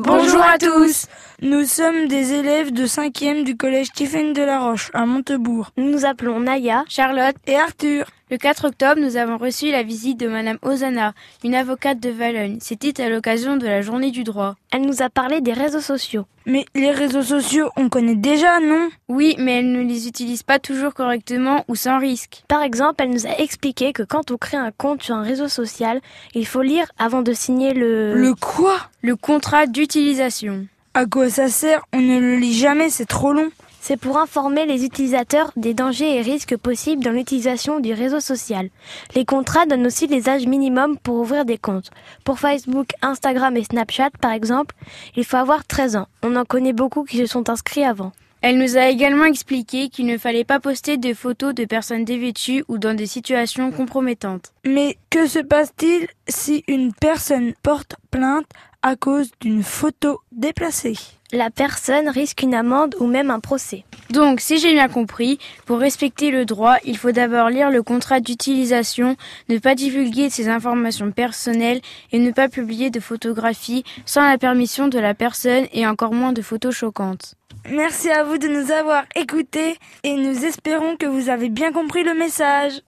Bonjour à tous Nous sommes des élèves de 5e du collège Stéphane de la Roche à Montebourg. Nous nous appelons Naya. Charlotte, Et Arthur le 4 octobre, nous avons reçu la visite de Madame Ozana, une avocate de Valogne. C'était à l'occasion de la journée du droit. Elle nous a parlé des réseaux sociaux. Mais les réseaux sociaux, on connaît déjà, non Oui, mais elle ne les utilise pas toujours correctement ou sans risque. Par exemple, elle nous a expliqué que quand on crée un compte sur un réseau social, il faut lire avant de signer le... Le quoi Le contrat d'utilisation. À quoi ça sert On ne le lit jamais, c'est trop long. C'est pour informer les utilisateurs des dangers et risques possibles dans l'utilisation du réseau social. Les contrats donnent aussi les âges minimums pour ouvrir des comptes. Pour Facebook, Instagram et Snapchat, par exemple, il faut avoir 13 ans. On en connaît beaucoup qui se sont inscrits avant. Elle nous a également expliqué qu'il ne fallait pas poster de photos de personnes dévêtues ou dans des situations compromettantes. Mais que se passe-t-il si une personne porte plainte à cause d'une photo déplacée La personne risque une amende ou même un procès. Donc, si j'ai bien compris, pour respecter le droit, il faut d'abord lire le contrat d'utilisation, ne pas divulguer ses informations personnelles et ne pas publier de photographies sans la permission de la personne et encore moins de photos choquantes. Merci à vous de nous avoir écoutés et nous espérons que vous avez bien compris le message.